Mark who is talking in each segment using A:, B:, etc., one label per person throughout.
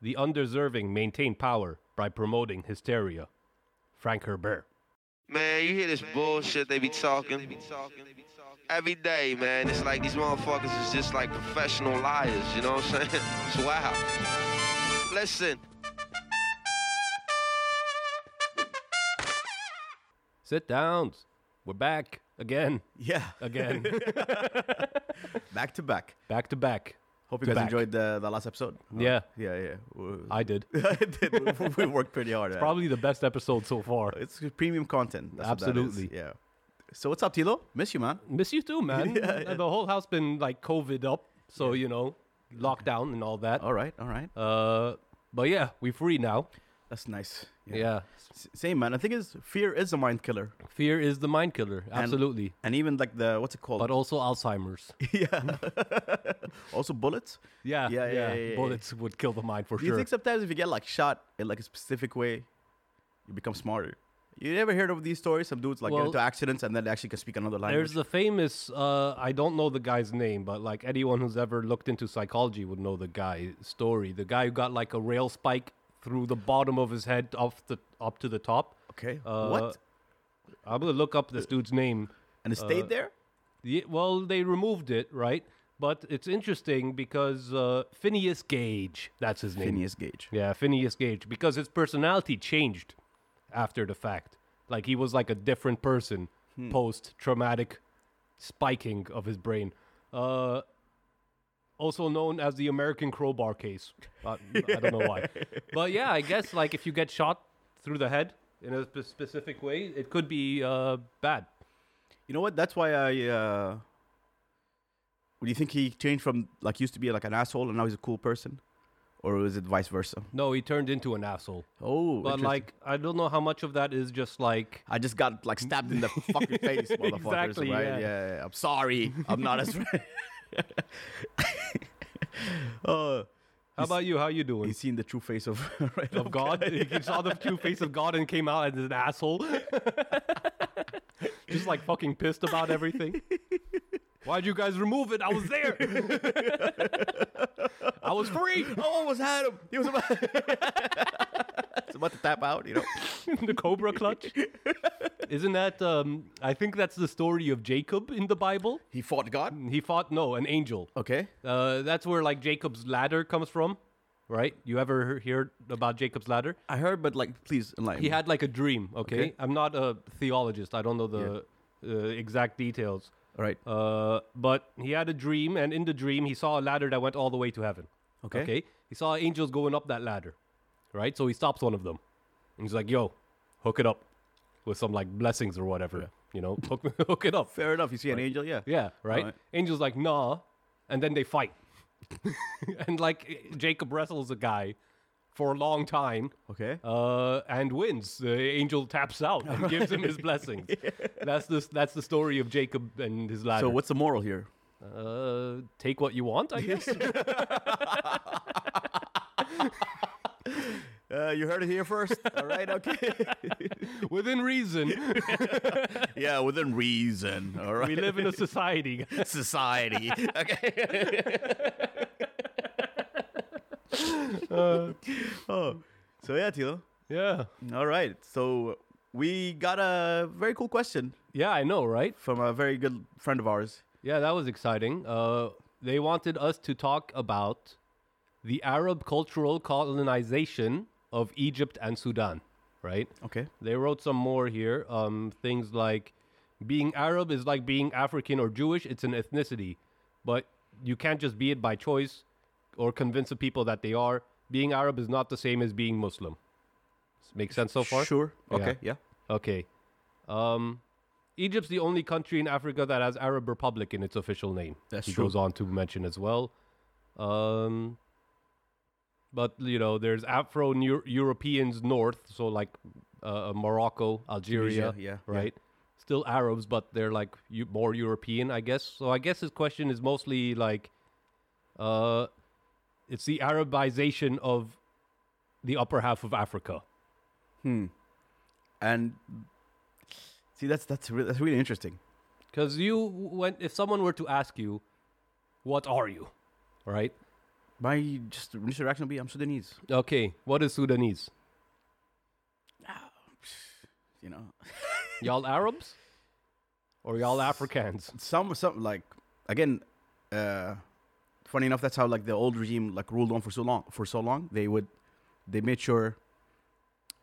A: The undeserving maintain power by promoting hysteria. Frank Herbert.
B: Man, you hear this bullshit they be talking every day, man. It's like these motherfuckers is just like professional liars, you know what I'm saying? It's wild. Listen,
A: Sit down. We're back again,
C: Yeah,
A: again,
C: back to back.
A: back to back.
C: Hope you
A: To
C: guys
A: back.
C: enjoyed the, the last episode.
A: Yeah.
C: yeah, yeah. W-
A: I did.
C: did. we worked pretty hard. at it.
A: Probably the best episode so far.
C: It's premium content. That's what that is.
A: Absolutely.
C: Yeah. So what's up, Tilo? Miss you, man.
A: Miss you too, man. The whole house been like COVID up, so you know, lockdown and all that.
C: All right, all right.
A: Uh, but yeah, we free now.
C: That's nice.
A: Yeah,
C: S- same man. I think is fear is a mind killer.
A: fear is the mind killer, absolutely.
C: And even like the what's it called?
A: but also Alzheimer's.
C: yeah. also bullets.
A: Yeah,
C: Yeah, yeah, yeah, yeah, yeah.
A: Bullets would kill the mind for
C: Do you
A: sure.
C: think sometimes if you get like shot in like a specific way, you become smarter? You never heard of these stories? Some dudes like
A: Well-
C: get into accidents and then they actually can speak another language.
A: There's the famous. Uh, I don't know the guy's name, but like anyone who's ever looked into psychology would know the guy story. The guy who got like a rail spike through the bottom of his head off the up to the top.
C: okay.
A: Uh,
C: what?
A: I'm gonna look up this dude's name.
C: And it stayed
A: uh,
C: there?
A: Ye- well, they removed it, right? But it's interesting because uh, Phineas Gage, that's his name.
C: Phineas Gage.
A: Yeah, Phineas Gage, because his personality changed after the fact. Like he was like a different person
C: Hmm.
A: post traumatic spiking of his brain. Uh, also known as the American crowbar case. Uh, I don't know why. But yeah, I guess like if you get shot through the head in a spe- specific way, it could be uh, bad.
C: You know what? That's why I. Uh, do you think he changed from like used to be like an asshole and now he's a cool person, or was it vice versa?
A: No, he turned into an asshole.
C: Oh,
A: But
C: interesting.
A: like, I don't know how much of that is just like
C: I just got like stabbed in the fucking face, motherfuckers.
A: Exactly,
C: right?
A: yeah.
C: Yeah. yeah, I'm sorry. I'm not as. Oh,
A: How about you? How you doing?
C: he's seen the true face of right
A: Of God, he saw the true face of God and came out as an asshole, just like fucking pissed about everything. Why'd you guys remove it? I was there. I was free.
C: I almost had him. He was about, He's about to tap out. You know.
A: the cobra clutch. Isn't that? Um, I think that's the story of Jacob in the Bible.
C: He fought God.
A: He fought no an angel.
C: Okay.
A: Uh, that's where like Jacob's ladder comes from, right? You ever heard about Jacob's ladder?
C: I heard, but like, please enlighten.
A: He
C: me.
A: had like a dream. Okay,
C: Okay.
A: I'm not a theologist. I don't know the uh, exact details.
C: All right.
A: Uh, but he had a dream, and in the dream, he saw a ladder that went all the way to heaven.
C: Okay.
A: He saw angels going up that ladder, right? So he stops one of them, and he's like, "Yo, hook it up with some like blessings or whatever. You know, hook hook it up."
C: Fair enough. You see an angel, yeah.
A: Yeah, right?
C: Alright.
A: Angel's like, nah, and then they fight. and like Jacob wrestles a guy for a long time
C: Okay.
A: uh, and wins. The angel taps out and gives him his blessings. That's the that's the story of Jacob and his ladder.
C: so what's the moral here?
A: uh, take what you want, I guess.
C: Uh, you heard it here first. All right. Okay.
A: Within reason,
C: yeah, within reason. All right.
A: we live in a society.
C: society. Okay.
A: Uh.
C: oh, so yeah, Tilo.
A: Yeah,
C: All right. So we got a very cool question
A: yeah, I know, right?
C: from a very good friend of ours.
A: Yeah, that was exciting. Uh, they wanted us to talk about the Arab cultural colonization of Egypt and Sudan, right?
C: Okay.
A: They wrote some more here. Um, things like being Arab is like being African or Jewish, it's an ethnicity, but you can't just be it by choice or convince the people that they are. Being Arab is not the same as being Muslim. Make sense so far?
C: Sure.
A: Yeah.
C: Okay. Yeah.
A: Okay. Um, Egypt's the only country in Africa that has Arab Republic in its official name.
C: That's
A: he
C: true.
A: goes on to mention as well. Um, but you know, there's Afro Europeans north, so like uh, Morocco, Algeria,
C: Tunisia, yeah, yeah.
A: right. Still Arabs, but they're like eu- more European, I guess. So I guess his question is mostly like, uh, it's the Arabization of the upper half of Africa.
C: And see, that's that's re- that's really interesting.
A: Because you, when if someone were to ask you, "What are you?" right?
C: My just initial reaction will be I'm Sudanese.
A: Okay, what is Sudanese?
C: You know,
A: Y'all Arabs? Or y'all Africans?
C: some some like again, uh, funny enough, that's how like the old regime like ruled on for so long. For so long, they would they made sure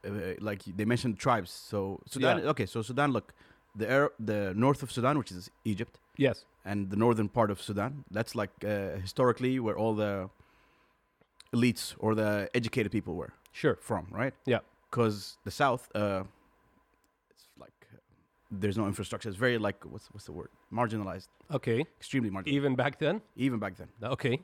C: uh, like they mentioned tribes. So Sudan,
A: Yeah.
C: okay, so Sudan, look, the Arab, the north of Sudan, which is Egypt,
A: Yes.
C: and the northern part of Sudan. That's like uh, historically where all the elites or the educated people were
A: Sure.
C: from, right?
A: Yeah.
C: Because the South, uh, it's like uh, there's no infrastructure. It's very like what's what's the word? Marginalized,
A: Okay.
C: extremely marginalized, even,
A: Even back then?
C: back then.
A: Okay.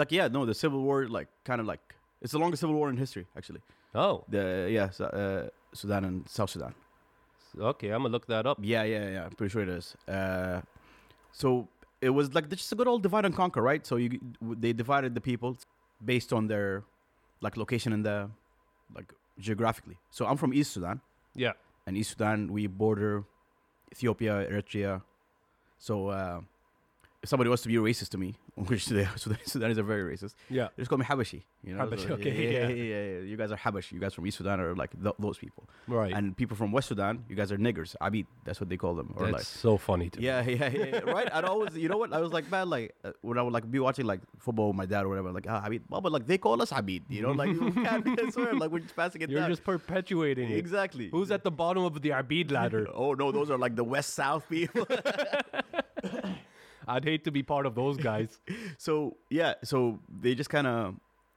C: Like yeah, no, the Civil War, like kind of like it's the longest civil war in history, actually.
A: Oh,
C: The yeah, so, uh, Sudan and South Sudan.
A: okay. I'm going to look that up.
C: Yeah, yeah, yeah. I'm pretty sure it is. Uh, so it was like just a good old divide and conquer, right? So you they divided the people based on their like location in the like geographically. So I'm from East Sudan,
A: Yeah.
C: and East Sudan we border Ethiopia, Eritrea. So uh, if somebody wants to be racist to me, which they are, Sudan, Sudanese are very racist,
A: Yeah.
C: they just call me Habashi. You know,
A: Habashi,
C: So,
A: okay,
C: yeah, yeah,
A: yeah.
C: yeah, yeah, yeah. You guys are Habashi. You guys from East Sudan are like th- those people,
A: Right.
C: and people from West Sudan, you guys are niggers. Abid, that's what they call them, or
A: That's
C: like
A: so funny to me.
C: yeah, yeah, yeah, yeah. Right? I'd always, you know what? I was like, man, like uh, when I would like be watching like football with my dad or whatever, like, ah, Habib, Baba, like they call us Habib, you know, like we can't I swear, like we're just passing it
A: You're
C: down.
A: just perpetuating it.
C: exactly.
A: Who's at the bottom of the Arbid ladder?
C: Oh no, those are like the West South people.
A: I'd hate to be part of those guys.
C: so yeah, so they just kind of,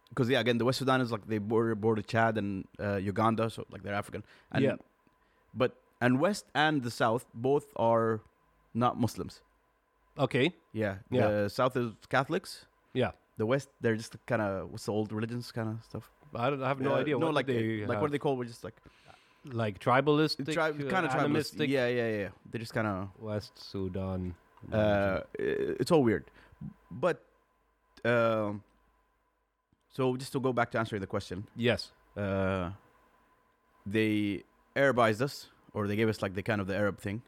C: because yeah, again, the West Sudan is like they border border Chad and uh, Uganda, so like they're African. And,
A: Yeah.
C: But and West and the South both are not Muslims.
A: okay.
C: Yeah.
A: Yeah.
C: The South is Catholics.
A: Yeah.
C: The West, they're just kind of what's the old religions kind of stuff.
A: I, don't, I have no
C: Uh,
A: idea.
C: No,
A: what
C: like
A: they
C: like what
A: have.
C: are they called? We're just like
A: like tribalistic,
C: tri-
A: uh,
C: kind of tribalistic.
A: animistic.
C: Yeah, yeah, yeah. They just kind of.
A: West Sudan.
C: Uh, i- it's all weird, but um, so just to go back to answering the question,
A: yes.
C: uh, they Arabized us, or they gave us like the kind of the Arab thing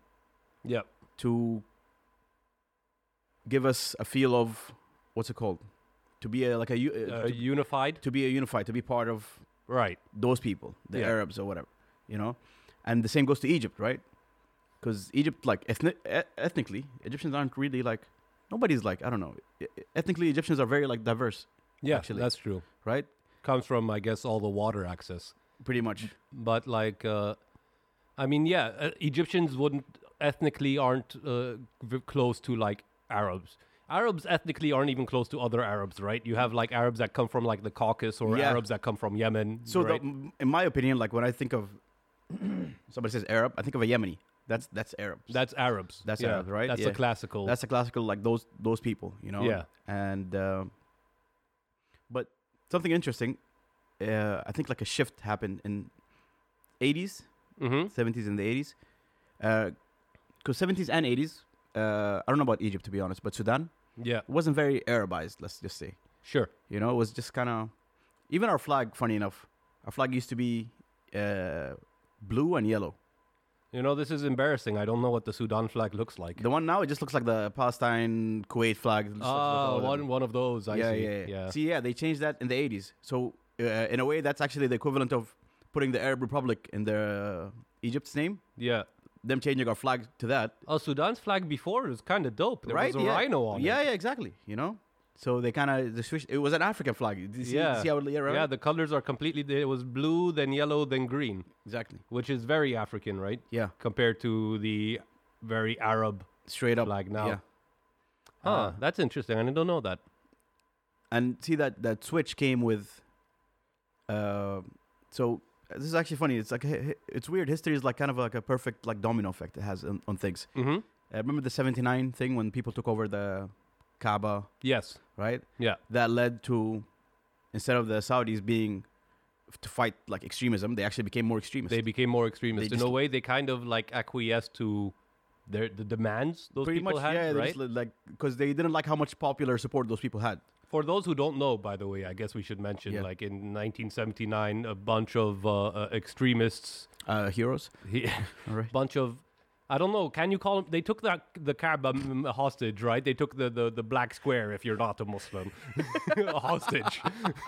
A: Yep.
C: to give us a feel of what's it called to be a, like a u- uh,
A: Uh,
C: to,
A: unified.
C: to be a unified, to be part of
A: Right.
C: those people, the
A: Yeah.
C: Arabs or whatever, you know? And the same goes to Egypt, right? Because Egypt, like ethni- e- ethnically, Egyptians aren't really like, nobody's like, I don't know. E- Ethnically, Egyptians are very like diverse,
A: Yeah,
C: actually.
A: that's true.
C: right?
A: Comes from, I guess, all the water access.
C: Pretty much.
A: But like, uh, I mean, yeah, uh, Egyptians wouldn't ethnically aren't uh, v- close to like Arabs. Arabs ethnically aren't even close to other Arabs, right? You have like Arabs that come from like the Caucasus or
C: Yeah.
A: Arabs that come from Yemen.
C: So, the-
A: right?
C: m- in my opinion, like when I think of somebody says Arab, I think of a Yemeni. That's that's Arab.
A: that's Arabs.
C: That's
A: yeah,
C: Arabs, right?
A: That's a
C: Yeah.
A: classical.
C: That's a classical, like those those people, you know.
A: Yeah.
C: And um but something interesting, uh, I think like a shift happened in 80s
A: hmm
C: 70s and the 80s. Because 70s and 80s, uh, I don't know about Egypt to be honest, but Sudan
A: Yeah,
C: wasn't very Arabized, let's just say.
A: sure.
C: You know, it was just kind of. Even our flag, funny enough, our flag used to be uh, blue and yellow.
A: You know, this is embarrassing. I don't know what the Sudan flag looks like.
C: The one now, it just looks like the Palestine Kuwait flag. It just looks like
A: Ah,
C: all of them.
A: one one of those. I
C: yeah,
A: see.
C: yeah, yeah, See, yeah, they changed that in the 80s. So, uh, in a way, that's actually the equivalent of putting the Arab Republic in the uh, Egypt's name.
A: yeah.
C: Them changing our flag to that
A: Oh, Sudan's flag before was kind of dope. There
C: right?
A: was a
C: yeah.
A: rhino on
C: yeah,
A: it.
C: Yeah, exactly. You know, so they kind of the switch. It was an African flag. Did you see,
A: yeah.
C: see how it, yeah, right?
A: Yeah, the colors are completely. It was blue, then yellow, then green,
C: exactly.
A: which is very African, right?
C: Yeah,
A: Compared to the very Arab. Ah.
C: straight up
A: Flag now.
C: Yeah.
A: Huh,
C: Uh,
A: that's interesting. I didn't know that.
C: and see that that switch came with. Uh, so this is actually funny. It's like hi- hi- it's weird. History is like kind of like a perfect like domino effect it has on, on things.
A: Mm-hmm.
C: Uh, remember the '79 thing when people took over the Kaaba,
A: Yes.
C: right?
A: Yeah.
C: That led to instead of the Saudis being to fight like extremism, they actually became more extremist.
A: They became more extremist. In
C: just-
A: a way, they kind of like acquiesced to their the demands those
C: pretty
A: people
C: much
A: had,
C: yeah they
A: right?
C: just li- like because they didn't like how much popular support those people had
A: For those who don't know, by the way, I guess we should mention,
C: Yeah.
A: like in 1979, a bunch of uh, uh, extremists,
C: uh heroes
A: he,
C: all right
A: bunch of I don't know. Can you call them? They took that the Kaaba m- hostage, right? They took the, the, the black square. If you're not a Muslim, a hostage.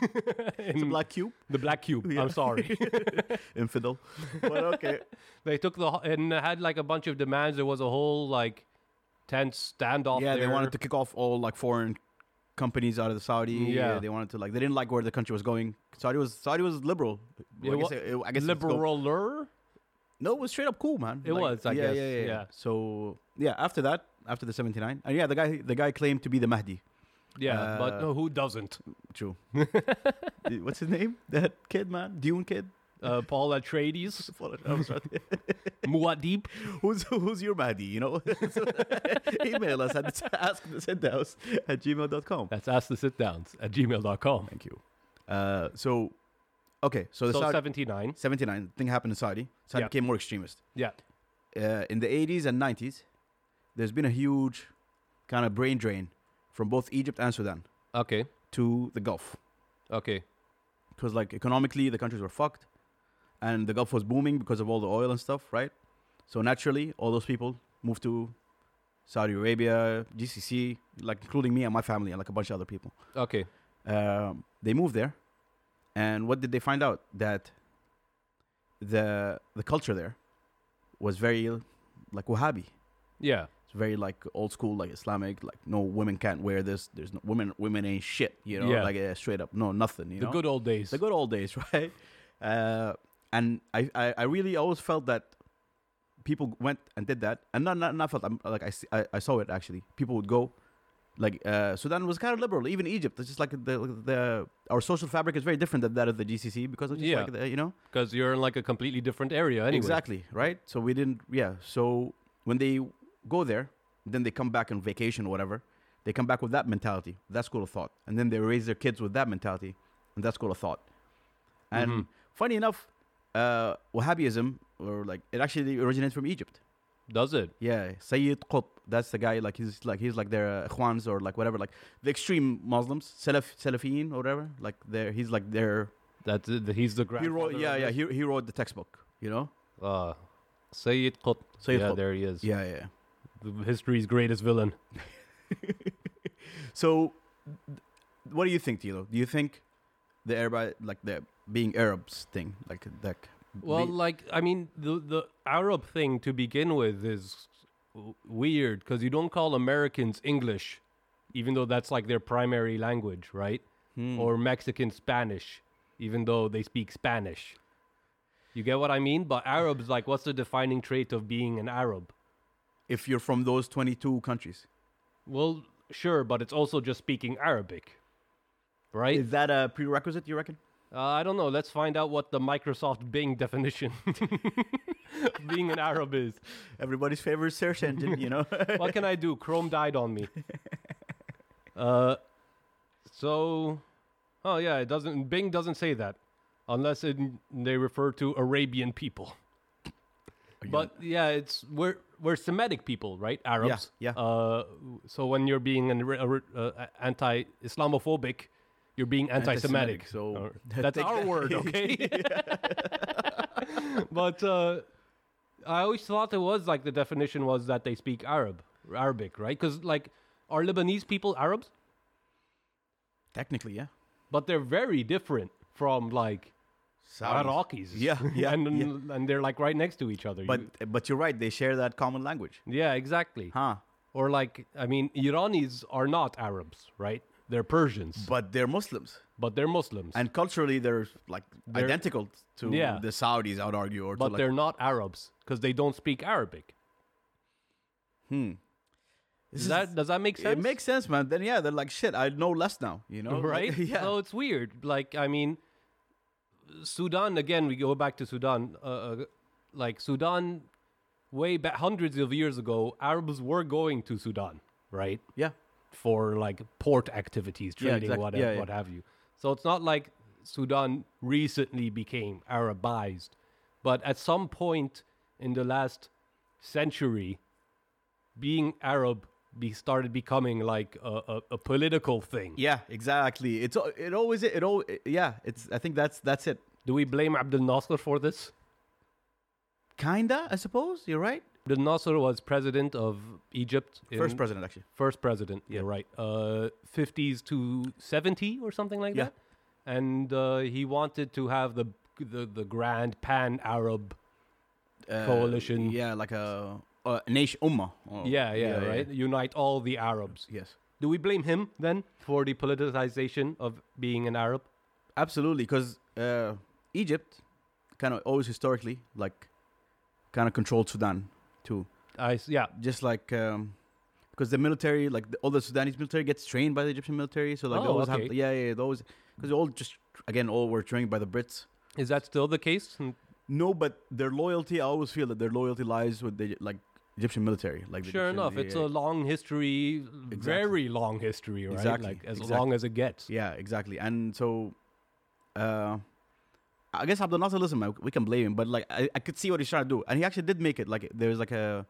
A: In
C: Black Cube,
A: the black cube. I'm sorry.
C: infidel. But okay.
A: they took the ho- and had like a bunch of demands. There was a whole like tense standoff.
C: yeah, they
A: there.
C: wanted to kick off all like foreign companies out of the Saudi.
A: Yeah.
C: they wanted to like they didn't like where the country was going. Saudi was Saudi was liberal.
A: It
C: I
A: wa-
C: guess it- I guess it's go-
A: liberaler.
C: No, it was straight up cool, man.
A: It was, I guess, yeah.
C: So yeah, after that, after the seventy nine, and yeah, the guy the guy claimed to be the Mahdi.
A: Yeah, but
C: Uh,
A: no, who doesn't?
C: True. What's his name? That kid, man, Dune kid.
A: Uh, Paul Atreides, Muad'Dib.
C: who's who's your Mahdi? You know, So, email us at ask at gmail.com.
A: That's ask the sit downs at gmail.com.
C: Thank you. Uh, so okay, so the
A: So
C: Saudi-
A: 79.
C: 79 thing happened in Saudi. So it
A: Yeah.
C: became more extremist.
A: Yeah.
C: Uh, in the 80s and 90s, there's been a huge kind of brain drain from both Egypt and Sudan
A: Okay.
C: to the Gulf.
A: Okay.
C: Because, like, economically, the countries were fucked. And the Gulf was booming because of all the oil and stuff, right? So naturally, all those people moved to Saudi Arabia, GCC, like, including me and my family and, like, a bunch of other people.
A: Okay.
C: um, they moved there, and what did they find out? That the the culture there was very like Wahhabi.
A: Yeah.
C: It's very like old school, like Islamic. Like no women can't wear this. There's no women. Women ain't shit. You know,
A: Yeah.
C: like uh, straight up, no nothing. You
A: the
C: know,
A: good old days.
C: the good old days, right? Uh, and I, I I really always felt that people went and did that, and not not, not felt I'm, like I, see- I I saw it actually. People would go. Like uh, Sudan was kind of liberal, even Egypt. It's just like the the our social fabric is very different than that of the GCC because it's just
A: Yeah.
C: like the, you know
A: Because you're in like a completely different area anyway.
C: exactly right. So we didn't yeah. So when they go there, then they come back on vacation or whatever. They come back with that mentality, that school of thought, and then they raise their kids with that mentality and that school of thought. And funny enough, uh, Wahhabism, or like it actually originates from Egypt.
A: Does it?
C: Yeah, Sayyid Qutb, that's the guy. Like he's like he's like their uh, Ikhwans or like whatever, like the extreme Muslims, Salaf, Salafiyin or whatever. Like their he's like their
A: That's it. He's the grand.
C: he wrote yeah yeah he, he wrote the textbook. You know?
A: Uh, Sayyid Qutb.
C: Sayyid
A: yeah,
C: Qutb.
A: there he is.
C: Yeah yeah.
A: The history's greatest villain.
C: So, th- what do you think, Tilo? Do you think the Arab, like the being Arabs thing, like that?
A: Well, like I mean, the the Arab thing to begin with is w- weird because you don't call Americans English, even though that's like their primary language, right? Or Mexican Spanish, even though they speak Spanish. You get what I mean? But Arabs, like, what's the defining trait of being an Arab?
C: if you're from those 22 countries,
A: Well, sure, but it's also just speaking Arabic, right?
C: is that a prerequisite? You reckon?
A: Uh, I don't know. Let's find out what the Microsoft Bing definition of being an Arab is.
C: Everybody's favorite search engine, you know.
A: what can I do? Chrome died on me. Uh, so, oh yeah, it doesn't. Bing doesn't say that, unless it, they refer to Arabian people. But yeah, it's we're we're Semitic people, right? Arabs.
C: yeah.
A: Uh, so when you're being an ar- ar- uh, anti-Islamophobic, you're being anti-Semitic.
C: Anti-Semitic, so
A: Uh, that's
C: take
A: our
C: that.
A: word, okay? but uh, I always thought it was like the definition was that they speak Arab, Arabic, right? Because like, are Lebanese people Arabs?
C: Technically, yeah.
A: But they're very different from like Iraqis.
C: Yeah, yeah,
A: and and they're like right next to each other.
C: But
A: You-
C: but you're right. They share that common language,
A: yeah, exactly.
C: huh?
A: Or like, I mean, Iranis are not Arabs, right? They're Persians, but,
C: But they're Muslims,
A: they're Muslims,
C: and culturally they're like identical to
A: Yeah.
C: the Saudis, I would argue,
A: but
C: or to like
A: they're not Arabs because they don't speak Arabic.
C: Hmm.
A: Does
C: This is-
A: that does that make sense?
C: It makes sense, man. Then yeah, they're like shit. I know less now, you know? Like,
A: right?
C: yeah.
A: So it's weird. Like, I mean, Sudan again. We go back to Sudan. Uh, Uh, like Sudan, way back hundreds of years ago, Arabs were going to Sudan, right,
C: yeah.
A: for like port activities, trading,
C: exactly.
A: what,
C: Yeah, yeah.
A: what have you. So it's not like Sudan recently became Arabized, but at some point in the last century, being Arab be started becoming like a, a, a political thing.
C: Yeah, exactly. It's al- it always it all yeah, it's I think that's that's it.
A: Do we blame Abdel Nasser for this?
C: Kinda, I suppose. You're right.
A: Abdel Nasser was president of Egypt. in-
C: First president, actually.
A: First president. Yeah, right. Uh, 50s to 70 or something like
C: Yeah.
A: that. And uh, he wanted to have the the, the grand pan Arab.
C: Uh,
A: Coalition.
C: Yeah, like a, a nation ummah. Oh, or-
A: Yeah, yeah, right. Unite all the Arabs.
C: Yes,
A: Do we blame him then for the politicization of being an Arab?
C: absolutely. Because uh, Egypt, kind of always historically, like, kind of controlled Sudan too.
A: I s- yeah.
C: Just like um, because the military, like the, all the Sudanese military, gets trained by the Egyptian military. So like, they
A: Oh,
C: always have,
A: okay.
C: yeah, yeah, yeah, they always because they all just again all were trained by the Brits.
A: Is that still the case? Hmm,
C: No, but their loyalty, I always feel that their loyalty lies with the like Egyptian military. Like the
A: Sure
C: Egyptian-
A: enough, it's a long history, very long history, right?
C: Exactly,
A: Like as
C: exactly.
A: long as it gets.
C: Yeah, exactly. And so, uh, I guess Abdel Nasser, listen, man, we can blame him, but like I, I could see what he's trying to do, and he actually did make it. Like there's like a,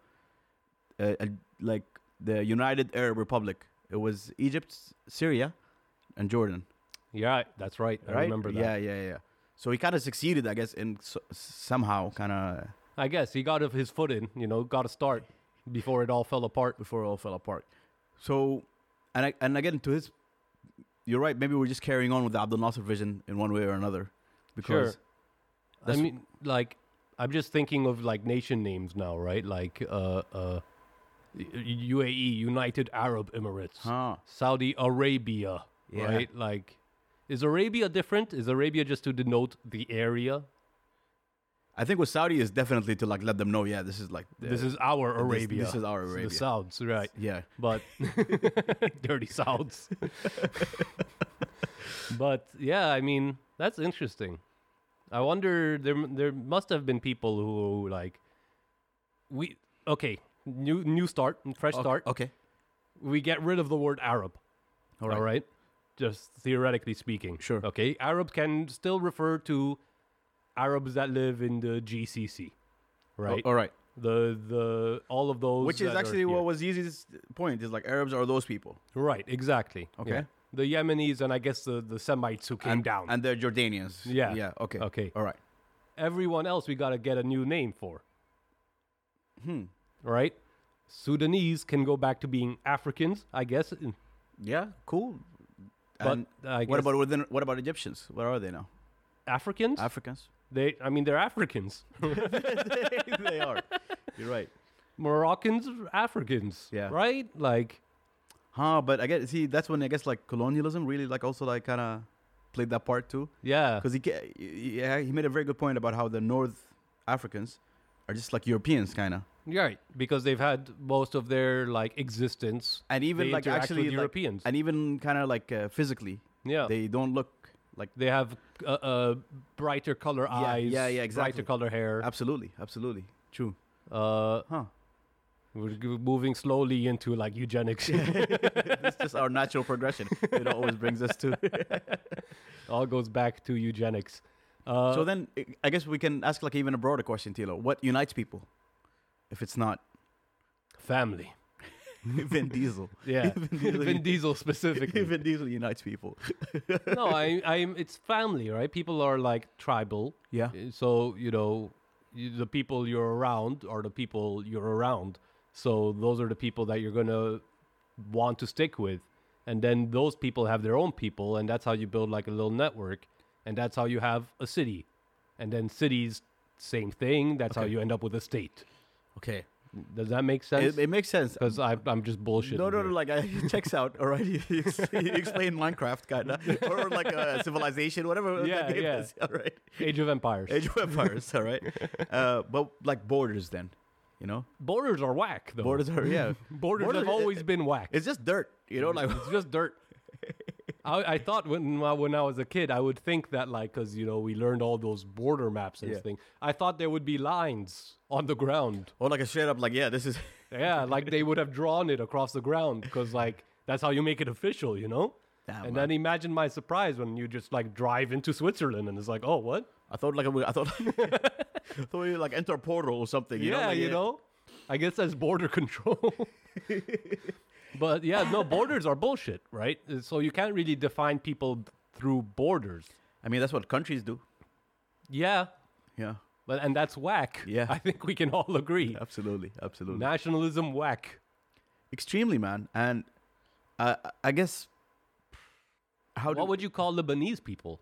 C: a, a like the United Arab Republic. It was Egypt, Syria, and Jordan.
A: Yeah, that's right. I
C: right?
A: remember that.
C: Yeah, yeah, yeah. So he kind of succeeded, I guess, in so, somehow kind of
A: I guess he got his foot in, you know, got a start before it all fell apart.
C: before it all fell apart. So, and I, and again to his, you're right. Maybe we're just carrying on with the Abdel Nasser vision in one way or another, because
A: I
C: That's-
A: mean, like, I'm just thinking of like nation names now, right? Like, uh, uh, U- UAE, United Arab Emirates,
C: Huh.
A: Saudi Arabia,
C: Yeah.
A: right? Like, is Arabia different? Is Arabia just to denote the area?
C: I think with Saudi is definitely to like let them know, yeah, this is like the-
A: this is our Arabia.
C: this is our
A: It's
C: Arabia.
A: The Sauds, right?
C: yeah,
A: but dirty sounds. but yeah, I mean that's interesting. I wonder there there must have been people who like we okay new new start fresh start
C: Okay,
A: we get rid of the word Arab. All right.
C: right.
A: Just theoretically speaking.
C: Sure.
A: Okay. Arab can still refer to Arabs that live in the GCC, right?
C: all right.
A: the the all of those
C: Which is
A: that are
C: actually
A: here.
C: what was Yeezy's point is like Arabs are those people,
A: Right, exactly.
C: Okay.
A: yeah. The Yemenis and I guess the, the Semites who came
C: and
A: down.
C: and they're Jordanians.
A: Yeah.
C: yeah. Okay,
A: Okay.
C: all right.
A: Everyone else we got to get a new name for. Hmm. Right? Sudanese can go back to being Africans, I guess. and-
C: Yeah, cool.
A: But
C: And
A: I guess
C: what about within, what about Egyptians? What are they now?
A: Africans?
C: Africans.
A: they I mean they're Africans.
C: they are. You're right.
A: Moroccans are Africans,
C: Yeah.
A: right? Like
C: Huh, but I guess see that's when I guess like colonialism really like also like kind of played that part too.
A: yeah.
C: because he ca- yeah he made a very good point about how the North Africans are just like Europeans kind of,
A: Right, because they've had most of their like existence
C: and even
A: they
C: like
A: interact
C: actually
A: with
C: like-
A: Europeans.
C: and even kind of like uh, physically,
A: yeah.
C: they don't look like
A: They have uh, uh, brighter color eyes.
C: yeah, yeah,
A: Brighter
C: exactly.
A: color hair.
C: absolutely, absolutely true,
A: Uh,
C: huh?
A: we're g- moving slowly into like eugenics.
C: That's just our natural progression. It always brings us to.
A: All goes back to eugenics. Uh,
C: so then, I- I guess we can ask like even a broader question, Tilo. What unites people? If it's not
A: family.
C: Vin Diesel,
A: Yeah.
C: Vin Diesel,
A: Vin Diesel specifically.
C: Vin Diesel unites people.
A: no, I, I'm. It's family, right? People are like tribal.
C: Yeah.
A: Uh, So you know, you, the people you're around are the people you're around. So those are the people that you're gonna want to stick with, and then those people have their own people, and that's how you build like a little network, and that's how you have a city, and then cities, same thing. That's how
C: Okay.
A: you end up with a state.
C: Okay,
A: Does that make sense?
C: it, it makes sense.
A: Because I'm just bullshitting.
C: No, no, no.
A: here.
C: Like, I, it checks out. All right, you, you ex- you explain Minecraft, kind of, or like a civilization, whatever. that
A: Yeah,
C: game
A: yeah.
C: is, All right,
A: Age of Empires.
C: Age of Empires. All right, uh, but like borders, then, you know,
A: Borders are whack, though.
C: borders are yeah.
A: Borders, have
C: i-
A: always been whack.
C: It's just dirt, you know. Like,
A: It's just dirt. I, I thought when I- when I was a kid, I would think that like because you know we learned all those border maps and
C: Yeah.
A: thing. I thought there would be lines on the ground.
C: or like a straight up, like yeah, this is.
A: Yeah, like they would have drawn it across the ground because like that's how you make it official, you know.
C: Damn,
A: and
C: man.
A: then imagine my surprise when you just like drive into Switzerland and it's like, oh what?
C: I thought like I thought. I thought you like enter portal or something. You
A: yeah,
C: know, like,
A: you know. I guess that's border control. but yeah, no borders are bullshit, right? Uh, So you can't really define people through borders.
C: I mean, that's what countries do.
A: Yeah,
C: Yeah.
A: But and that's whack.
C: Yeah.
A: I think we can all agree.
C: Absolutely, absolutely.
A: Nationalism whack.
C: Extremely, man. And uh, I guess how do
A: What would you call Lebanese people?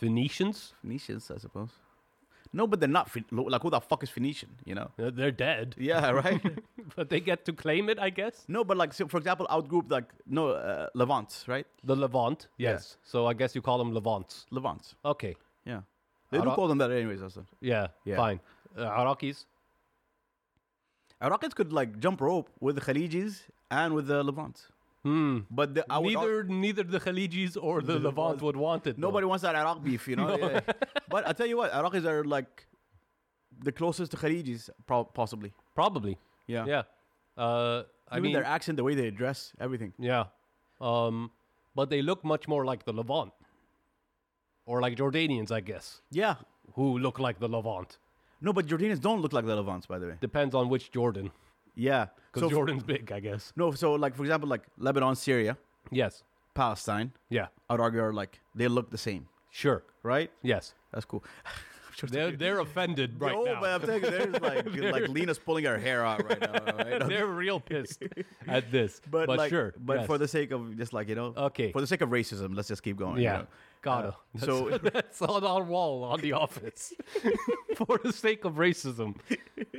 A: Phoenicians?
C: Phoenicians, I suppose. No, but they're not Phoen- like who the fuck is Phoenician, you know?
A: Uh, They're dead,
C: Yeah, right.
A: but they get to claim it, I guess.
C: no, but like so for example, outgroup like no uh, Levant, right?
A: The Levant,
C: Yeah.
A: yes. So I guess you call them Levants.
C: Levant.
A: Okay,
C: Yeah, they
A: I
C: do
A: don't-
C: call them that anyways. Also,
A: yeah,
C: Yeah.
A: fine. Uh, Iraqis,
C: Iraqis could like jump rope with the Khalijis and with the Levant. Hmm. But the, I would al-
A: neither neither the Khalijis or the Levant would want it. though.
C: Nobody wants that Iraq beef, you know. Yeah. But I tell you what, Iraqis are like the closest to Khalijis, pro- possibly.
A: probably.
C: Yeah.
A: Yeah, uh, I
C: Even
A: mean,
C: their accent, the way they dress, everything.
A: yeah, um, but they look much more like the Levant, or like Jordanians, I guess,
C: Yeah.
A: who look like the Levant.
C: No, but Jordanians don't look like the Levants, by the way.
A: Depends on which Jordan,
C: Yeah.
A: because
C: f-
A: Jordan's big, I guess.
C: no, so like for example, like Lebanon, Syria,
A: Yes.
C: Palestine,
A: Yeah.
C: I'd argue are like they look the same,
A: Sure.
C: right?
A: Yes.
C: That's cool. I'm sure
A: They're
C: it's-
A: they're offended right
C: oh,
A: now.
C: but I'm telling you, there's like like Lena's pulling her hair out right now. Right?
A: They're real pissed at this.
C: but
A: But,
C: like,
A: sure.
C: But
A: yes.
C: for the sake of just like you know,
A: Okay.
C: for the sake of racism, let's just keep going. you
A: yeah,
C: know.
A: gotta.
C: Uh,
A: that's,
C: so-
A: that's on our wall on the office. for the sake of racism,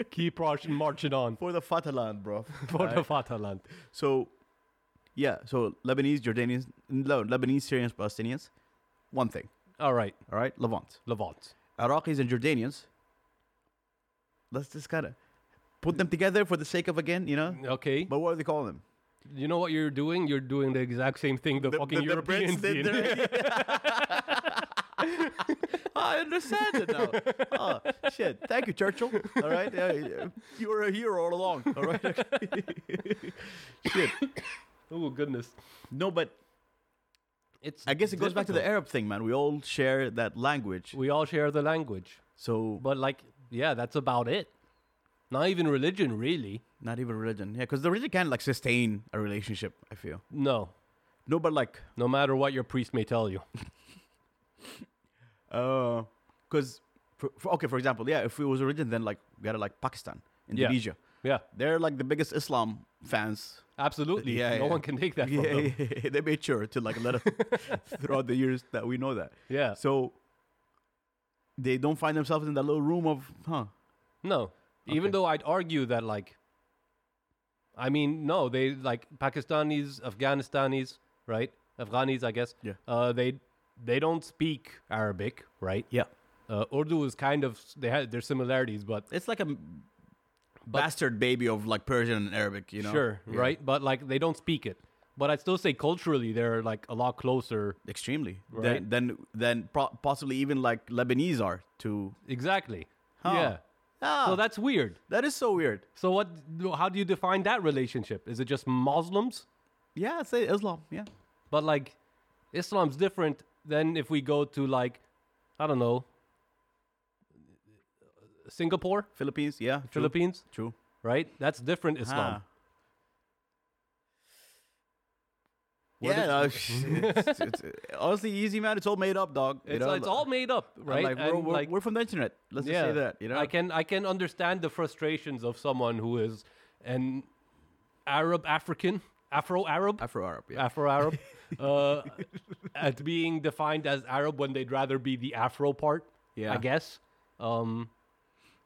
A: keep marching, marching on
C: for the fatherland, bro.
A: for the fatherland.
C: so, yeah. So Lebanese, Jordanians, no, Lebanese, Syrians, Palestinians, one thing.
A: All right,
C: All right, Levant,
A: Levant.
C: Iraqis, and Jordanians. Let's just kind of put them together for the sake of again, you know.
A: Okay,
C: But what do they call them?
A: you know what you're doing? You're doing the exact same thing the, fucking Europeans
C: Brits,
A: did.
C: they- they're- I understand it now. Oh, shit. Thank you, Churchill. All right. Yeah, yeah. you were a hero all along. All right. shit.
A: oh goodness,
C: No, but
A: it's.
C: I guess it goes back to the
A: difficult.
C: Arab thing, man. We all share that language.
A: We all share the language,
C: So,
A: but like, yeah, that's about it. Not even religion, really.
C: not even religion. Yeah, because the religion can, like, sustain a relationship, I feel.
A: No,
C: No, but, like,
A: no matter what your priest may tell you.
C: because, Uh, for, for, okay, for example, yeah, if it was religion, then, like, we gotta, like, Pakistan, Indonesia.
A: Yeah,
C: They're, like, the biggest Islam fans
A: absolutely.
C: Yeah,
A: no
C: yeah.
A: one can take that from
C: yeah,
A: them.
C: yeah, yeah. they made sure to like let us throughout the years that we know that.
A: Yeah.
C: So they don't find themselves in that little room of huh.
A: No.
C: Okay.
A: Even though I'd argue that, like, I mean, no, they like Pakistanis, Afghanistanis, right? Afghanis, I guess.
C: Yeah.
A: Uh, they they don't speak Arabic, right?
C: Yeah.
A: Uh, Urdu is kind of they had their similarities, but
C: It's like a m- bastard baby of like Persian and Arabic, you know.
A: sure,
C: Yeah.
A: right? But like they don't speak it. But I'd still say culturally they're like a lot closer.
C: Extremely. Then
A: Right.
C: then then pro- possibly even like Lebanese are to
A: Exactly.
C: Huh.
A: Yeah.
C: Ah,
A: So that's weird.
C: that is so weird.
A: So what? How do you define that relationship? Is it just Muslims?
C: Yeah, say Islam. Yeah.
A: But like, Islam's different than if we go to like, I don't know, Singapore,
C: Philippines. Yeah. True.
A: Philippines,
C: True.
A: right? That's different Islam.
C: Ah.
A: Where
C: yeah,
A: did-
C: no, it's, it's, uh, honestly easy, man. It's all made up, dog. you
A: It's,
C: know,
A: it's all made up,
C: I'm
A: right?
C: Like, we're,
A: And,
C: we're,
A: like,
C: we're from the internet. Let's just say that. You know,
A: I can I can understand the frustrations of someone who is an Arab African, Afro Arab,
C: Afro Arab. Yeah.
A: Afro Arab, uh, at being defined as Arab when they'd rather be the Afro part,
C: Yeah.
A: I guess, um,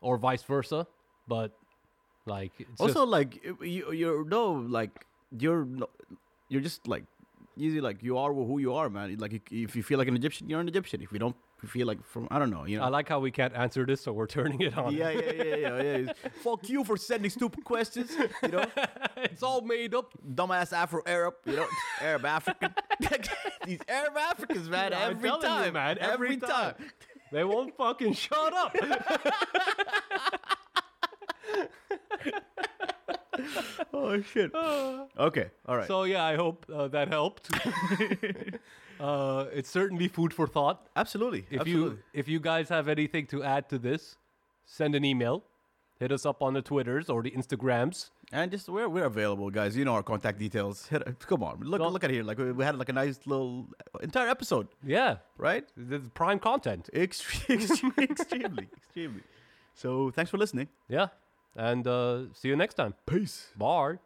A: or vice versa. But like, it's
C: also,
A: just-
C: like you, you're no, like you're, no- you're just like easy. Like you are who you are, man. Like you- if you feel like an Egyptian, you're an Egyptian. If you don't feel like from, I don't know. You know.
A: I like how we can't answer this, so we're turning it on.
C: yeah, yeah, yeah, yeah, yeah. It's- Fuck you for sending stupid questions. You know,
A: it's all made up.
C: dumbass Afro Arab. You know, Arab African. These Arab Africans, man.
A: I'm
C: every
A: telling you,
C: time,
A: man,
C: Every,
A: every
C: time.
A: time. They won't fucking shut up.
C: Oh shit. okay. All right.
A: So yeah, I hope uh, that helped. uh, it's certainly food for thought.
C: absolutely.
A: If
C: absolutely.
A: you if you guys have anything to add to this, send an email. Hit us up on the Twitters or the Instagrams.
C: And just we're we're available, guys. You know our contact details. Hit, come on, look
A: Well-
C: look at here. Like we we had like a nice little entire episode,
A: Yeah,
C: right?
A: this is prime content.
C: Extreme, extremely, extremely. So thanks for listening.
A: Yeah. And uh, see you next time.
C: Peace.
A: Bye.